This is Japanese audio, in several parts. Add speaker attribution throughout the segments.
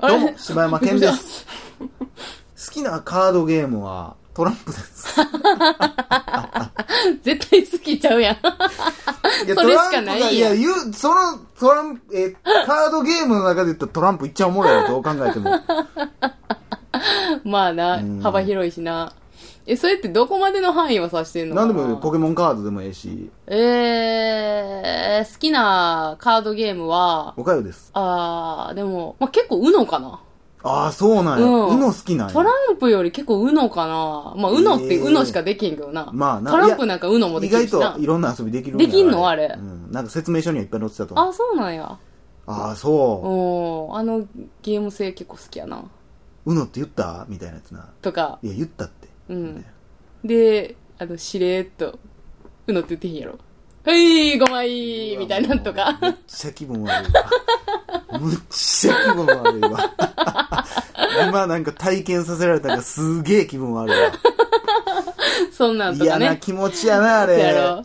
Speaker 1: あ
Speaker 2: どう
Speaker 1: れ
Speaker 2: も、柴山健です。 好きなカードゲームはトランプ です。
Speaker 1: 絶対好きちゃうやん。
Speaker 2: いや
Speaker 1: それしかな
Speaker 2: トラン
Speaker 1: い
Speaker 2: プがいや、言う、その、トランプ、え、カードゲームの中で言ったらトランプいっちゃおもろいよ、どう考えて も。
Speaker 1: まあな
Speaker 2: うん、
Speaker 1: 幅広いしな。え、それってどこまでの範囲を指してんのか
Speaker 2: 何
Speaker 1: な
Speaker 2: でもいいよポケモンカードでもええし、
Speaker 1: えー、好きなカードゲームは、
Speaker 2: おかよです。
Speaker 1: あー、でも、まあ、結構、うのかな。
Speaker 2: ああ、そうなんや。
Speaker 1: う
Speaker 2: う
Speaker 1: ん
Speaker 2: の好きなんや。
Speaker 1: トランプより結構、うのかな。まあ、うのって
Speaker 2: えー
Speaker 1: うのしかできんけどな。
Speaker 2: まあな
Speaker 1: トランプなんかうのもで
Speaker 2: 意
Speaker 1: きる
Speaker 2: 外
Speaker 1: しな
Speaker 2: と。いろんな遊びできるんや
Speaker 1: できんのあれ
Speaker 2: うん。なんか説明書にはいっぱい載ってたと思う。
Speaker 1: あ、そうなんや。
Speaker 2: ああ、そ
Speaker 1: おー、あのゲーム性結構好きやな。
Speaker 2: う。うのって言ったみたいなやつな。
Speaker 1: とか、
Speaker 2: いや、言ったって。
Speaker 1: うん。で、あの、しれーっと、うのって言ってへんやろ。はい、5枚みたいなんとか。
Speaker 2: むっちゃ気分悪いわ。むっちゃ気分悪いわ。今なんか体験させられたからすげえ気分悪いわ。
Speaker 1: そんなんとか
Speaker 2: 嫌な
Speaker 1: ね。
Speaker 2: 気持ちやな、あ
Speaker 1: そうや
Speaker 2: れ。
Speaker 1: ろ。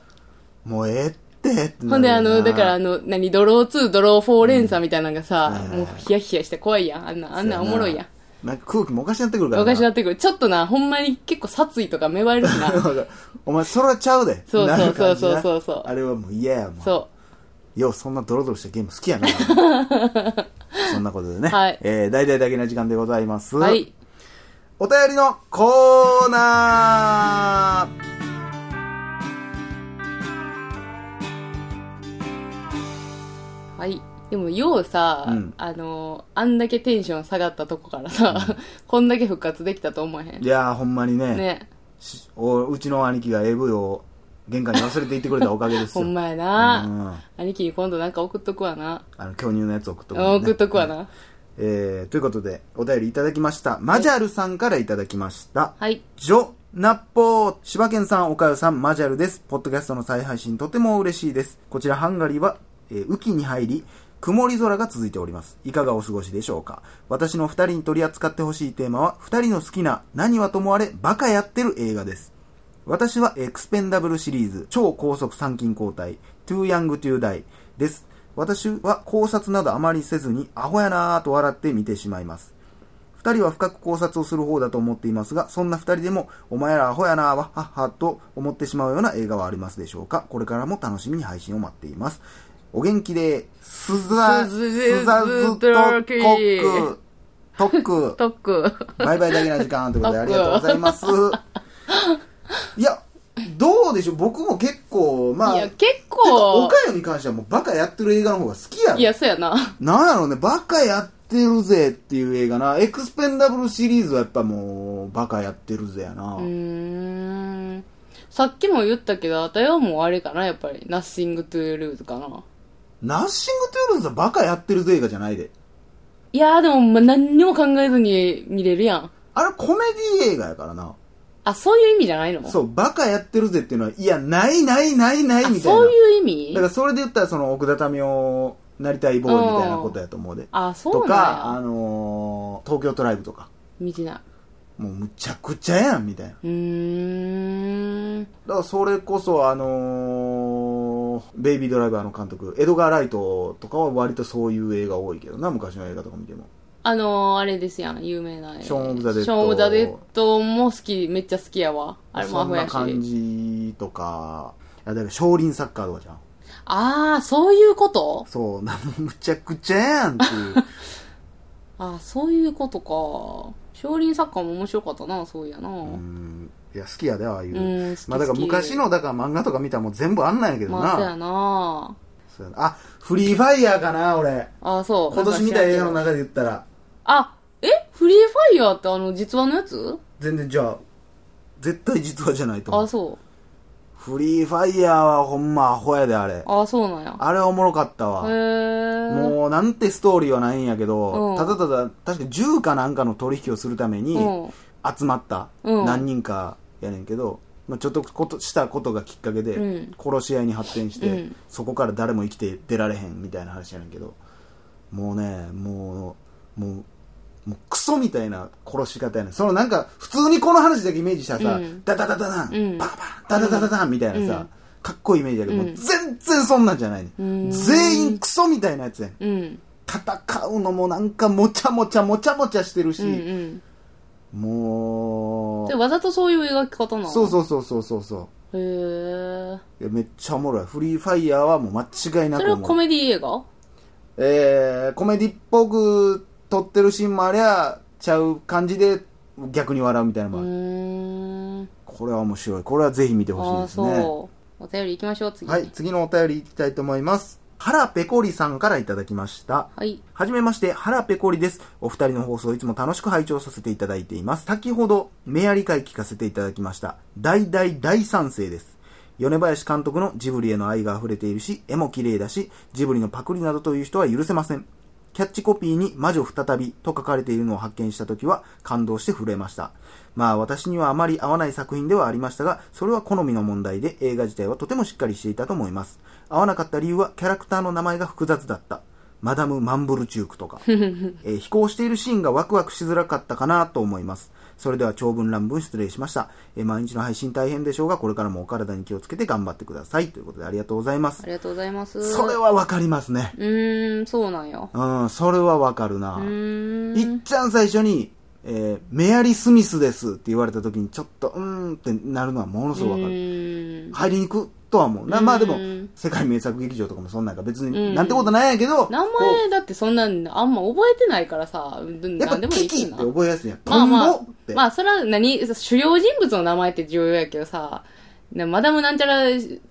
Speaker 2: もうええってってな
Speaker 1: ほ
Speaker 2: る
Speaker 1: んで、
Speaker 2: よな
Speaker 1: あの、だから、あの、何、ドロー2、ドロー4連鎖みたいなのがさ、
Speaker 2: うん
Speaker 1: もうヒヤヒヤして怖いやん。あんな、あんなおもろいやん。。
Speaker 2: なんか空気もおかしなってくるから
Speaker 1: お
Speaker 2: な。
Speaker 1: かしなってくる。ちょっとな、ほんまに結構殺意とか芽生えるしな。
Speaker 2: わかるお前、それはちゃうで。
Speaker 1: そう
Speaker 2: なる感じな
Speaker 1: そうそうそうそう
Speaker 2: あれはもう嫌やもん。
Speaker 1: そ
Speaker 2: よう、そんなドロドロしたゲーム好き やな。そんなことでね。
Speaker 1: はい
Speaker 2: えー、大々だけな時間でございます。
Speaker 1: う。はい。
Speaker 2: お便りのコーナー
Speaker 1: はい。でも、ようさ、
Speaker 2: うん
Speaker 1: あの、あんだけテンション下がったとこからさ、こんだけ復活できたと思わへん
Speaker 2: い。やー、ほんまにね
Speaker 1: ね。
Speaker 2: しおうちの兄貴が AV を玄関に忘れていってくれたおかげです
Speaker 1: ほ
Speaker 2: よ。
Speaker 1: んまや
Speaker 2: う
Speaker 1: な。
Speaker 2: ん。
Speaker 1: 兄貴に今度なんか送っとくわな。
Speaker 2: あの、巨乳のやつ送っとく、
Speaker 1: 送っとくわ
Speaker 2: な。
Speaker 1: な。
Speaker 2: えー、ということで、お便りいただきました。マジャルさんからいただきました。
Speaker 1: はい。
Speaker 2: ジョ、ナッポー、柴犬さん、おかよさん、マジャルです。ポッドキャストの再配信とても嬉しいです。こちらハンガリーは、えー雨季に入り、曇り空が続いております。いかがお過ごしでしょうか私の二人に取り扱ってほしいテーマは、二人の好きな、何はともあれ、バカやってる映画です。私はエクスペンダブルシリーズ、超高速参勤交代、Too Young to Die です。私は考察などあまりせずに、アホやなぁと笑って見てしまいます。二人は深く考察をする方だと思っていますが、そんな二人でも、お前らアホやなぁ、わっはっはと思ってしまうような映画はありますでしょうかこれからも楽しみに配信を待っています。お元気で、すざ、
Speaker 1: す
Speaker 2: すざずとこく、とっく。
Speaker 1: トック。
Speaker 2: バイバイだけな時間ということでありがとうございます。いや、どうでしょう僕も結構、まあ、
Speaker 1: いや、結
Speaker 2: てかお
Speaker 1: 構
Speaker 2: か、よに関してはもうバカやってる映画の方が好きやろ
Speaker 1: いや、そうやな。
Speaker 2: なんやろうね、バカやってるぜっていう映画な。エクスペンダブルシリーズはやっぱもう、バカやってるぜやな。
Speaker 1: うーん。さっきも言ったけど、あたよもうあれかな、やっぱり。ナッシングトゥールーズかな。
Speaker 2: ナッシングトゥールーズはバカやってるぜ映画じゃないで。
Speaker 1: いやーでも、ま、何にも考えずに見れるやん。
Speaker 2: あれコメディ映画やからな。
Speaker 1: あ、そういう意味じゃないの
Speaker 2: そう、バカやってるぜっていうのは、いや、ないないないない
Speaker 1: あ
Speaker 2: みたいな。
Speaker 1: そういう意
Speaker 2: だか
Speaker 1: 味
Speaker 2: らそれで言ったら、その奥田民生なりたいボーイみたいなことやと思うで。
Speaker 1: あ、そ
Speaker 2: と
Speaker 1: う
Speaker 2: か、
Speaker 1: な
Speaker 2: あ
Speaker 1: んや。
Speaker 2: のー東京トライブとか、
Speaker 1: 見てない。
Speaker 2: もうむちゃくちゃやん、みたいな。
Speaker 1: うーん。
Speaker 2: だからそれこそ、あのーベイビードライバーの監督、エドガー・ライトとかは割とそういう映画多いけどな、昔の映画とか見ても。
Speaker 1: あのー、あれですやん、有名な。
Speaker 2: ショーンオブザデッド
Speaker 1: ショーンオブザデッドも好き、めっちゃ好きやわ。あれもア
Speaker 2: そん
Speaker 1: ホ
Speaker 2: な
Speaker 1: やし。
Speaker 2: 感じとか、いやだから少林サッカーとかじゃん。
Speaker 1: ああ、そういうこと
Speaker 2: そう、なむちゃくちゃやんっていう。
Speaker 1: ああ、そういうことか。少林サッカーも面白かったな、そういやな。う、
Speaker 2: うんんいや、好きやで、ああいう。
Speaker 1: 好き好き
Speaker 2: まあだから昔。の、だから漫画とか見たらもう全部あんなんやけどな。
Speaker 1: まあ、そうやな。
Speaker 2: そうやなあ、フリーファイヤーかな、俺。
Speaker 1: ああ、そう。
Speaker 2: 今年見た映画の
Speaker 1: なんか知ら
Speaker 2: 中で
Speaker 1: んけど
Speaker 2: 言ったら、
Speaker 1: あ、えフリーファイヤーってあの、実話のやつ
Speaker 2: 全然じゃあ、絶対実話じゃないと
Speaker 1: あ
Speaker 2: 思
Speaker 1: あ、
Speaker 2: う。
Speaker 1: そう。
Speaker 2: フリーファイヤーはほんまアホやで、あれ。
Speaker 1: ああ、そうなんや。
Speaker 2: あれはおもろかった
Speaker 1: へ
Speaker 2: わ。
Speaker 1: え。
Speaker 2: もうなんてストーリーはないんやけ
Speaker 1: う
Speaker 2: ど、
Speaker 1: ん
Speaker 2: ただただ、確か銃かなんかの取引をするために
Speaker 1: うん
Speaker 2: 集まった
Speaker 1: うん
Speaker 2: 何人かやねんけど、まあちょっとことしたことがきっかけ
Speaker 1: う
Speaker 2: で
Speaker 1: ん、
Speaker 2: 殺し合いに発展し
Speaker 1: う
Speaker 2: て
Speaker 1: ん、
Speaker 2: そこから誰も生きて出られへんみたいな話やねんけど、もうね、もう、もう、もうクソみたいな殺し方やねん。そのなんか、普通にこの話だけイメージしたらさ
Speaker 1: うん、
Speaker 2: ダダダダダ
Speaker 1: う
Speaker 2: ン、
Speaker 1: ん
Speaker 2: パンパン、ダダダダダンみたいな
Speaker 1: う
Speaker 2: さ
Speaker 1: ん、
Speaker 2: かっこいいイメージやけど、
Speaker 1: うん
Speaker 2: 全然そんなんじゃない、ね
Speaker 1: うん
Speaker 2: 全員クソみたいなやつやねん
Speaker 1: うん。
Speaker 2: 戦うのもなんかもちゃもちゃもちゃもちゃしてるし、
Speaker 1: うんうん。
Speaker 2: も
Speaker 1: で、
Speaker 2: う、
Speaker 1: わざとそういう描き方なの
Speaker 2: そうそうそうそうそうそ
Speaker 1: へえ。
Speaker 2: う。いやめっちゃおもろい。フリーファイヤーはもう間違いな
Speaker 1: それ
Speaker 2: く
Speaker 1: は
Speaker 2: おも
Speaker 1: コ
Speaker 2: ろい。
Speaker 1: メディ映画
Speaker 2: えー、コメディっぽく撮ってるシーンもありゃ、ちゃう感じで逆に笑うみたいなの
Speaker 1: う
Speaker 2: もある、
Speaker 1: ーん。
Speaker 2: これは面白い。これはぜひ見てほしい
Speaker 1: ああ、
Speaker 2: ですね。
Speaker 1: そう。お便り行きましょう、次。
Speaker 2: はい、。次のお便りいきたいと思います。原ペコリさんからいただきました。
Speaker 1: はい。
Speaker 2: はじめまして、原ペコリです。お二人の放送いつも楽しく拝聴させていただいています。先ほど、メアリ会聞かせていただきました。大大大賛成です。米林監督のジブリへの愛が溢れているし、絵も綺麗だし、ジブリのパクリなどという人は許せません。キャッチコピーに魔女再びと書かれているのを発見した時は感動して震えました。まあ私にはあまり合わない作品ではありましたが、それは好みの問題で映画自体はとてもしっかりしていたと思います。合わなかった理由はキャラクターの名前が複雑だった。マダム・マンブルチュークと か、えー飛行しているシーンがワクワクしづらかったかなと思います。それでは長文乱文失礼しました。えー毎日の配信大変でしょうが、これからもお体に気をつけて頑張ってください。ということでありがとうございます
Speaker 1: あ。りがとうございます。
Speaker 2: それ。はわかりますね。
Speaker 1: うーん、そうなんや。
Speaker 2: うん、それはわかるな
Speaker 1: う。ーん。
Speaker 2: いっちゃん最初に、えーメアリー・スミスですって言われた時にちょっと、うーんってなるのはものすごくわかる。
Speaker 1: る。
Speaker 2: 入りに行くとは思う。なまあでも
Speaker 1: うん、
Speaker 2: 世界名作劇場とかもそんなんやから別
Speaker 1: う
Speaker 2: に
Speaker 1: ん
Speaker 2: なんてことないんやけど、
Speaker 1: 名
Speaker 2: こう
Speaker 1: 前だってそんなんあんま覚えてないからさ、
Speaker 2: やっぱ
Speaker 1: 何でもい
Speaker 2: キ
Speaker 1: い
Speaker 2: キ
Speaker 1: し
Speaker 2: って
Speaker 1: な。
Speaker 2: 覚えやすいやん。ト
Speaker 1: まあ
Speaker 2: ンボ
Speaker 1: まあ
Speaker 2: って。、
Speaker 1: まあそれは何、主要人物の名前って重要やけどさ、なマダムなんちゃら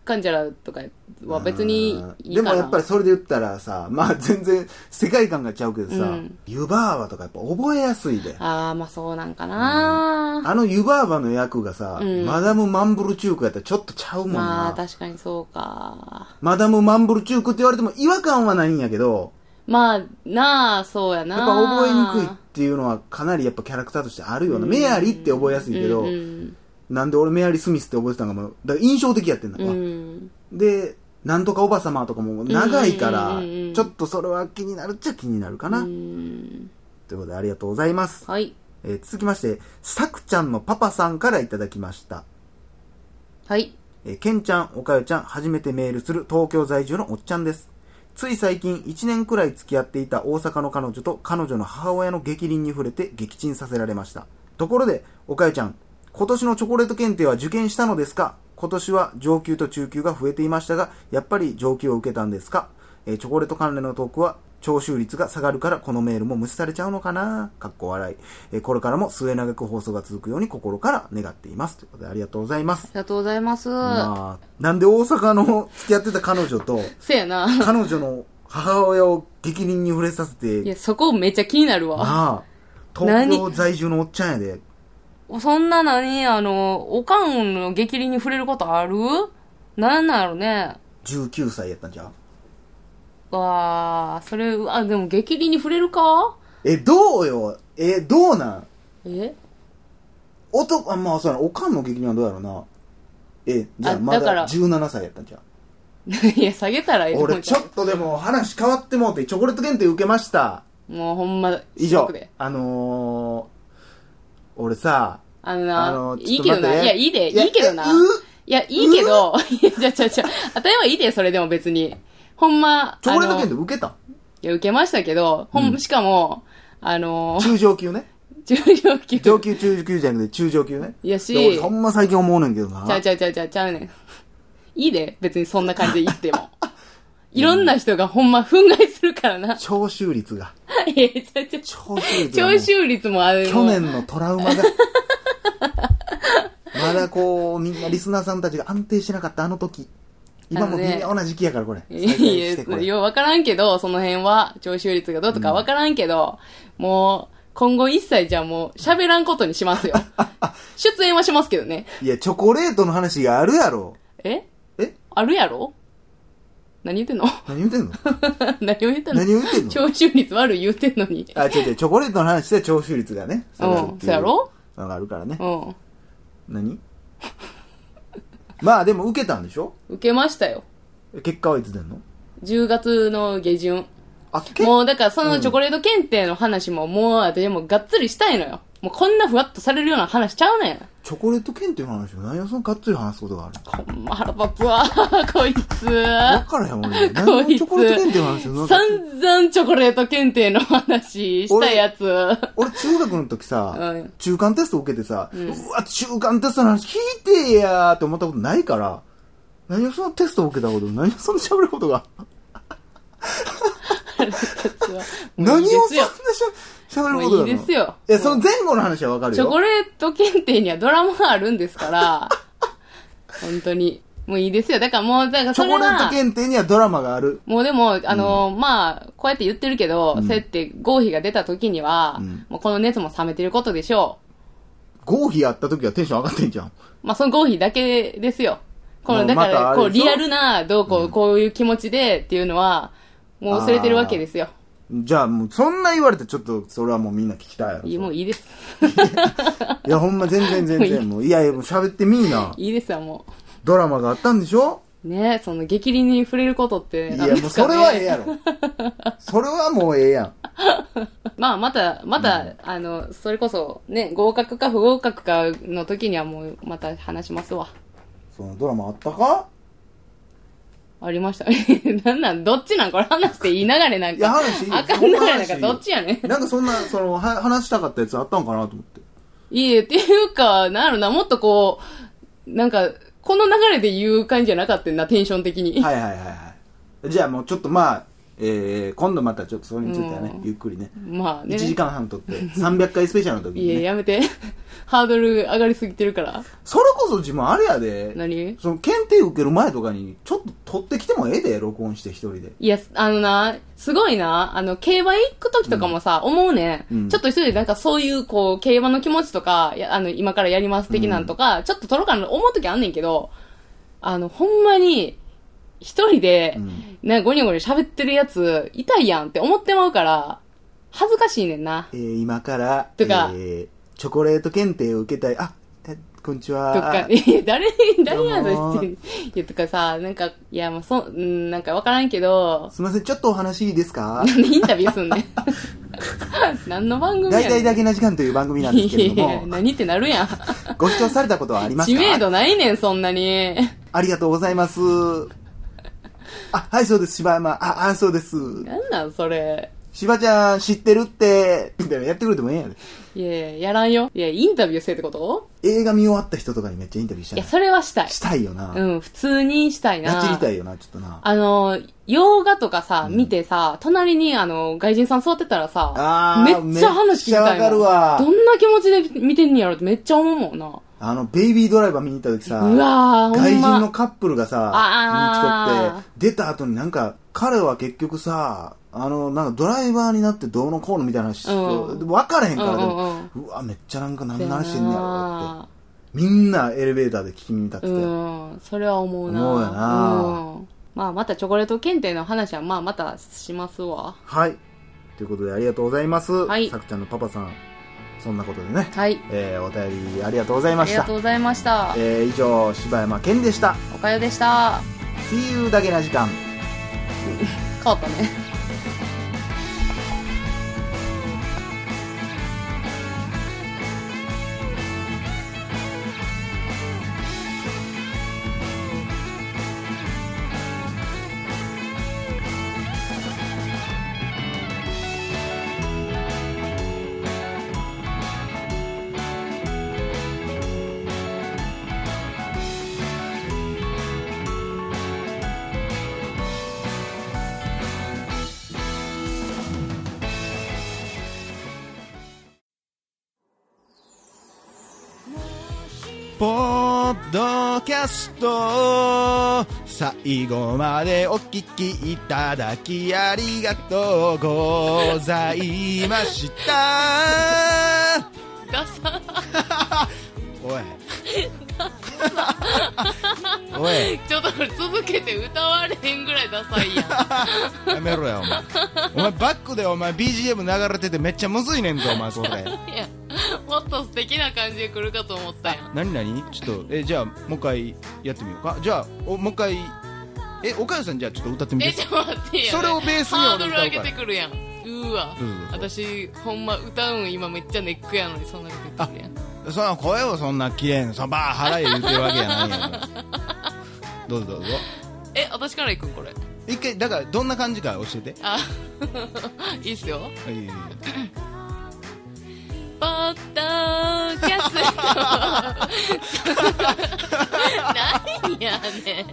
Speaker 1: かんちゃらとかは別にいい
Speaker 2: で
Speaker 1: かな。
Speaker 2: もやっぱりそれで言ったらさ、まあ全然世界観がちゃうけど
Speaker 1: う
Speaker 2: さ
Speaker 1: ん、
Speaker 2: 湯婆婆とかやっぱ覚えやすいで。
Speaker 1: ああ、まあそうなんかな、
Speaker 2: あの湯婆婆の役がさ、
Speaker 1: うん
Speaker 2: マダム・マンブルチュークやったらちょっとちゃうもんな。
Speaker 1: まあ確かにそうか。
Speaker 2: マダム・マンブルチュークって言われても違和感はないんやけど、
Speaker 1: まあ、なあ、そうやな
Speaker 2: やっぱ覚えにくいっていうのはかなりやっぱキャラクターとしてあるような。メアリーって覚えやすいけど、
Speaker 1: うんうん
Speaker 2: なんで俺メアリー・スミスって覚えてたんかも、だから印象的やってんだ、
Speaker 1: うん
Speaker 2: で、なんとかおばさまとかも長いから
Speaker 1: うんうんうんう、ん
Speaker 2: ちょっとそれは気になるっちゃ気になるかな。
Speaker 1: うん
Speaker 2: ということでありがとうございます。
Speaker 1: はい。
Speaker 2: えー続きまして、さくちゃんのパパさんからいただきました。
Speaker 1: はい。
Speaker 2: えーケンちゃん、おかよちゃん、初めてメールする東京在住のおっちゃんです。つい最近1年くらい付き合っていた大阪の彼女と彼女の母親の激鱗に触れて撃沈させられました。ところで、おかよちゃん、今年のチョコレート検定は受験したのですか今年は上級と中級が増えていましたが、やっぱり上級を受けたんですかえーチョコレート関連のトークは徴収率が下がるからこのメールも無視されちゃうのかなかっこ笑い、えーこれからも末永く放送が続くように心から願っています。ということでありがとうございます
Speaker 1: あ。りがとうございます。
Speaker 2: まあ、なんで大阪の付き合ってた彼女と、
Speaker 1: せやな。
Speaker 2: 彼女の母親を激鱗に触れさせ
Speaker 1: い
Speaker 2: て、
Speaker 1: や、そこめっちゃ気になるわ。
Speaker 2: なあ、東京在住のおっちゃんやで、
Speaker 1: そんな何あの、おかんの激鱗に触れることあるなんなんやろね。
Speaker 2: 19歳やったんじゃう
Speaker 1: わあ、それ、うわ、でも激鱗に触れるか
Speaker 2: え、どうよえ、どうなん
Speaker 1: え
Speaker 2: 男、あ、まあ、そうやな、おかんの激鱗はどうやろうな。え、じゃあ、
Speaker 1: あ
Speaker 2: ま
Speaker 1: だか
Speaker 2: だ
Speaker 1: ら
Speaker 2: 17歳やったんじゃう
Speaker 1: いや、下げたらいいと思
Speaker 2: 俺、
Speaker 1: う
Speaker 2: ちょっとでも話変わってもうて、チョコレート検定受けました。
Speaker 1: もうほんま、
Speaker 2: 以
Speaker 1: ショッ
Speaker 2: 上
Speaker 1: クで。
Speaker 2: あのー、俺さ、
Speaker 1: あのな、
Speaker 2: あの
Speaker 1: いい
Speaker 2: ち
Speaker 1: け
Speaker 2: ょっ
Speaker 1: ど
Speaker 2: と待
Speaker 1: な。
Speaker 2: ってね
Speaker 1: いや、いいで、
Speaker 2: いや
Speaker 1: いいけどな。
Speaker 2: え
Speaker 1: いうや、いいけど、 いや、じゃあじゃあじゃああたいはいいで、それでも別に。ほんま、
Speaker 2: チョコレート
Speaker 1: あの
Speaker 2: 検定受けた
Speaker 1: いや、受けましたけど、ほん、しかも、あの、
Speaker 2: 中上級ね。
Speaker 1: 重量級。
Speaker 2: 上級中級じゃなくて中上級ね。
Speaker 1: いやし
Speaker 2: で俺ほんま最近思うねんけどな。
Speaker 1: ちゃうちゃうちゃうちゃうちゃうねん。いいで、別にそんな感じで 言っても。いろんな人がほんま憤慨するからな。
Speaker 2: 徴収率が。
Speaker 1: いや、ちゃうちゃう。
Speaker 2: 徴収 率がもう
Speaker 1: 徴収率もある
Speaker 2: 去年のトラウマが。 まだこう、みんなリスナーさんたちが安定してなかったあの時。今も
Speaker 1: あのね
Speaker 2: 微妙な時期やからこれ。
Speaker 1: い
Speaker 2: 再開
Speaker 1: や
Speaker 2: してこれ
Speaker 1: いや、ようわからんけど、その辺は、徴収率がどうとかわからんけど、もう、今後一切じゃあもう、喋らんことに しますよ。出演はしますけどね。
Speaker 2: いや、チョコレートの話があるやろ。
Speaker 1: え
Speaker 2: え
Speaker 1: あるやろ何言ってんの
Speaker 2: 何言うてんの
Speaker 1: 何を言ってんの
Speaker 2: 何言うてんの
Speaker 1: 徴収率悪い言うてんのに。
Speaker 2: あ、違う違う、チョコレートの話で徴収率がね。下がるって
Speaker 1: うん、そうやろ
Speaker 2: のがあるからね
Speaker 1: う。ん。
Speaker 2: 何まあでも受けたんでしょ
Speaker 1: 受けましたよ。
Speaker 2: 結果はいつ出んの
Speaker 1: 10月の下旬。
Speaker 2: あ、結
Speaker 1: もうだからそのチョコレート検定の話ももう私もうがっつりしたいのよ。もうこんなふわっとされるような話ちゃうねん。
Speaker 2: チョコレート券っていう話を何をそのがっつり話すことがある
Speaker 1: ほんま腹立つわ、 こいつ。
Speaker 2: わからへん俺。
Speaker 1: こ
Speaker 2: 何を
Speaker 1: い
Speaker 2: チ
Speaker 1: つ
Speaker 2: ョコレート券っていう話をなんか
Speaker 1: 散々チョコレート検定の話したやつ。
Speaker 2: 俺中学の時
Speaker 1: う
Speaker 2: さ
Speaker 1: ん、
Speaker 2: 中間テスト受けてさ、うわ、中間テストの話聞いてやーって思ったことないから、何をそのテスト受けたこと、何をその喋ることが、
Speaker 1: 腹立つわもう
Speaker 2: 何
Speaker 1: い
Speaker 2: を
Speaker 1: い
Speaker 2: そ
Speaker 1: です
Speaker 2: んな
Speaker 1: よ。
Speaker 2: しゃ喋ること
Speaker 1: も
Speaker 2: が
Speaker 1: ういいですよ
Speaker 2: いや、その前後の話はわかる
Speaker 1: チョコ
Speaker 2: よ。
Speaker 1: レート検定にはドラマがあるんで すから、本当に。もういいですよ。だからもう、だから
Speaker 2: チ
Speaker 1: そ
Speaker 2: ョ
Speaker 1: れ
Speaker 2: コレー
Speaker 1: は
Speaker 2: ト、検定にはドラマがある。
Speaker 1: もうでも、あのまあ、こうやって言ってるけど、そうやって合否が出た時には、
Speaker 2: ん
Speaker 1: もうこの熱も冷めてることでしょ
Speaker 2: 合否やった時はテンション上がってんじゃん。
Speaker 1: う。まあ、その合否だけですよ。こ
Speaker 2: まあ
Speaker 1: の、だか
Speaker 2: またあ
Speaker 1: ら、
Speaker 2: れ
Speaker 1: こ
Speaker 2: でし
Speaker 1: う、
Speaker 2: ょ
Speaker 1: リアルな、どうこう、こういう気持ちでっていうのは、もう忘れてるわけですよ。
Speaker 2: じゃあもう、そんな言われてちょっと、それはもうみんな聞きたいやろ
Speaker 1: いいもういいです。
Speaker 2: いや、ほんま全然全然、もう、いやいや、もう喋ってみーな。
Speaker 1: いいですわ、も
Speaker 2: ドラマがあったんでしょ
Speaker 1: う。ねその、激凛に触れることって、
Speaker 2: い
Speaker 1: なん
Speaker 2: や、
Speaker 1: です
Speaker 2: もう
Speaker 1: か
Speaker 2: そ
Speaker 1: ね
Speaker 2: れはええやろ。それはもうええやん。
Speaker 1: まあ、また、また、あの、それこそ、ね、合格か不合格かの時にはもう、また話しますわ。
Speaker 2: そのドラマあったか
Speaker 1: ありました。 なんなん、どっちなんこれ話していい流れなん
Speaker 2: い
Speaker 1: か。
Speaker 2: や話いいよ
Speaker 1: あかん流れなん
Speaker 2: ほん
Speaker 1: か、
Speaker 2: ま話いいよ
Speaker 1: どっちやねん。
Speaker 2: なんかそんな、その、は話したかったやつあったんかなと思って。
Speaker 1: いいえ、っていうか、なんやろな、もっとこう、なんか、この流れで言う感じじゃなかったんな、テンション的に。
Speaker 2: はいはいはいはい。じゃあもうちょっとまあ、えー、今度またちょっとそれについてはね、
Speaker 1: うん
Speaker 2: ゆっくりね。
Speaker 1: まあね。
Speaker 2: 1時間半撮って、300回スペシャルの時
Speaker 1: い
Speaker 2: に、
Speaker 1: え、
Speaker 2: ね。
Speaker 1: やめて。 ハードル上がりすぎてるから。
Speaker 2: それこそ自分あれやで、
Speaker 1: 何
Speaker 2: その検定受ける前とかに、ちょっと撮ってきてもええで、録音して一人で。
Speaker 1: いや、あのな、すごいな、あの、競馬行く時とかもさ、思うね、
Speaker 2: うん
Speaker 1: ん。ちょっと一人でなんかそういう、こう、競馬の気持ちとか、やあの、今からやります的なんとか、ちょっと撮ろうかなと思う時あんねんけど、あの、ほんまに、一人で
Speaker 2: う、ん。
Speaker 1: なんかゴニョゴニョ喋ってるやつ、痛いやんって思ってまうから、恥ずかしいねんな。
Speaker 2: えー、今から、
Speaker 1: とか
Speaker 2: えー、チョコレート検定を受けたい。あ、えこんにちは。
Speaker 1: とか、 いや、誰、誰や
Speaker 2: どう
Speaker 1: ぞ、
Speaker 2: も
Speaker 1: してる。いや、とかさ、なんか、いや、まあ、そ、うん、なんかわからん けど、
Speaker 2: すみません、ちょっとお話いいです か
Speaker 1: なんでインタビューすんねん。何の番組や
Speaker 2: 大
Speaker 1: ねん。
Speaker 2: 体だけな時間という番組なんですけれど
Speaker 1: いやいや
Speaker 2: も、
Speaker 1: 何ってなるやん。
Speaker 2: ご視聴されたことはあり ます
Speaker 1: 知
Speaker 2: か
Speaker 1: 名度ないねん、そんなに。
Speaker 2: ありがとうございます。あ、はい、そうです、柴山。あ、あ、そうです。
Speaker 1: なんなん、それ。
Speaker 2: 柴ちゃん知ってるって、みたいなやってくれてもええやん。
Speaker 1: いやいや、やらんよ。いや、インタビューせえってこと
Speaker 2: 映画見終わった人とかにめっちゃインタビューした
Speaker 1: いや、
Speaker 2: い。
Speaker 1: それはしたい。
Speaker 2: したいよな。
Speaker 1: うん、普通にしたいな。
Speaker 2: やっちりたいよな、ちょっとな。
Speaker 1: あの、洋画とかさ、見てさ、隣にあの、外人さん座ってたらさ
Speaker 2: あ、
Speaker 1: め
Speaker 2: ー
Speaker 1: っちゃ話聞きたいもん
Speaker 2: めっちゃわかるわ
Speaker 1: どんな気持ちで見てんやろってめっちゃ思うもんな。
Speaker 2: あの、ベイビードライバー見に行った時さ、
Speaker 1: うわー、ほ
Speaker 2: 外
Speaker 1: ん
Speaker 2: 人の
Speaker 1: ま。
Speaker 2: カップルがさ、
Speaker 1: あー
Speaker 2: 見に来とって、出た後になんか、彼は結局さ、あの、なんかドライバーになってどうのこうのみたいな話、
Speaker 1: う
Speaker 2: 分
Speaker 1: ん
Speaker 2: からへんから、
Speaker 1: うん
Speaker 2: で
Speaker 1: うん
Speaker 2: もうわ、めっちゃなんか何の話してんねやろっ
Speaker 1: な
Speaker 2: て。みんなエレベーターで聞き耳立ってて。
Speaker 1: うん、それは思うな。
Speaker 2: 思うよな
Speaker 1: うん。まあ、またチョコレート検定の話は、まあ、またしますわ。
Speaker 2: はい。ということでありがとうございます。
Speaker 1: はい
Speaker 2: さくちゃんのパパさん、そんなことでね、
Speaker 1: はい。
Speaker 2: えー、お便りありがとうござい
Speaker 1: あ
Speaker 2: ま
Speaker 1: り
Speaker 2: し
Speaker 1: が
Speaker 2: た
Speaker 1: と。うございました。
Speaker 2: えー、以上、柴山健でした。
Speaker 1: おかよでした。
Speaker 2: See you だけな時間。
Speaker 1: 変わったね。
Speaker 3: ポッドキャスト最後までお聞きいただきありがとうございました
Speaker 1: ダサ
Speaker 3: おいおい
Speaker 1: ちょっとこれ続けて歌われへんぐらいダサいやん。
Speaker 3: やめろよお前お前バックでお前 BGM 流れててめっちゃむずいねんぞお前それ
Speaker 1: いや、もっと素敵な感じで来るかと思ったやん。
Speaker 3: 何何ちょっとえじゃあもう一回やってみようかじゃあおもう一回え岡かさんじゃあちょっと歌ってみ
Speaker 1: え、
Speaker 3: て
Speaker 1: ちょっと待ってやん。
Speaker 3: それをベースに俺
Speaker 1: ハードル
Speaker 3: 歌う
Speaker 1: 上
Speaker 3: から
Speaker 1: げてくるやん。うわ
Speaker 2: どうぞどうぞ
Speaker 1: 私ほんま歌うん今めっちゃネックやのにそんなこと言ってるやん
Speaker 2: その声をそんな綺麗にさばー払え言ってるわけやないやんからどうぞどうぞ
Speaker 1: え私から行くんこれ
Speaker 2: 一回だからどんな感じか教えて
Speaker 1: あ いいっすよ
Speaker 2: いいいいいい
Speaker 1: ポッドキャスト何やねん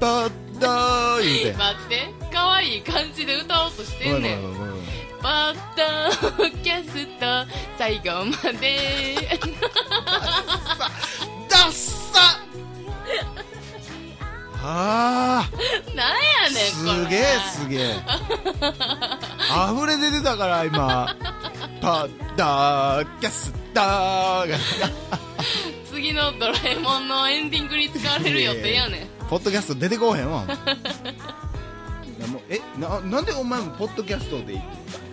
Speaker 2: ポッドー言うて
Speaker 1: 待って可愛い感じで歌おうとしてんねん
Speaker 2: ごめんごめんごめん
Speaker 1: ポッドキャスト最後まで
Speaker 2: ダッサあー
Speaker 1: 何やねん
Speaker 2: す
Speaker 1: これ
Speaker 2: げえすげえ 溢れ出てたから今パッダーキャスターが
Speaker 1: 次のドラえもんのエンディングに使われる予定やねん
Speaker 2: ポッドキャスト出てこうへん わいやもうえななんでお前もポッドキャストでいいって言ったんや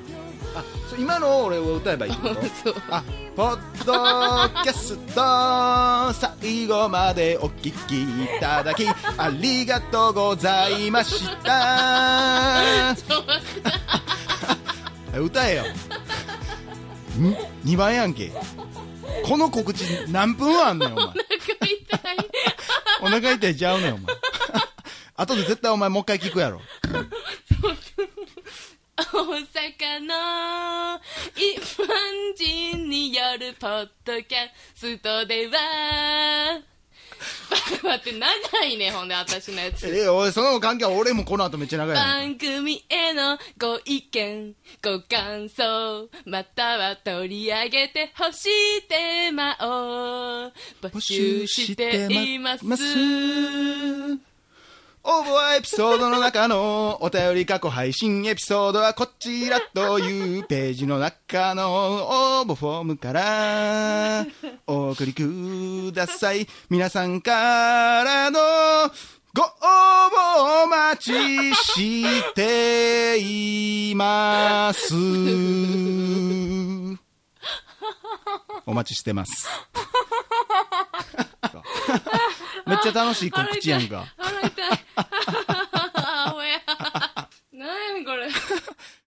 Speaker 2: あそう今の俺を歌えばいいってこと
Speaker 1: そう
Speaker 2: あポッドキャスト最後までお聞きいただきありがとうございま した
Speaker 1: ちょっと待って
Speaker 2: 歌えよ ん2番やんけこの告知何分あんねんお前
Speaker 1: お腹痛い
Speaker 2: お腹痛いちゃうねんお 前後で絶対お前もう一回聞くやろ
Speaker 1: 大阪の一般人によるポッドキャストでは待って待って長いねほんで私のやつ
Speaker 2: ええおいその関係は俺もこの後めっちゃ長いやん
Speaker 1: 番組へのご意見ご感想または取り上げてほしいテーマを募集しています
Speaker 2: 応募はエピソードの中のお便り過去配信エピソードはこちらというページの中の応募フォーム からお送りください。皆さんからのご応募お待ちしています。お待ちしてます。 めっちゃ楽しい告知やんか。
Speaker 1: 腹痛い腹痛い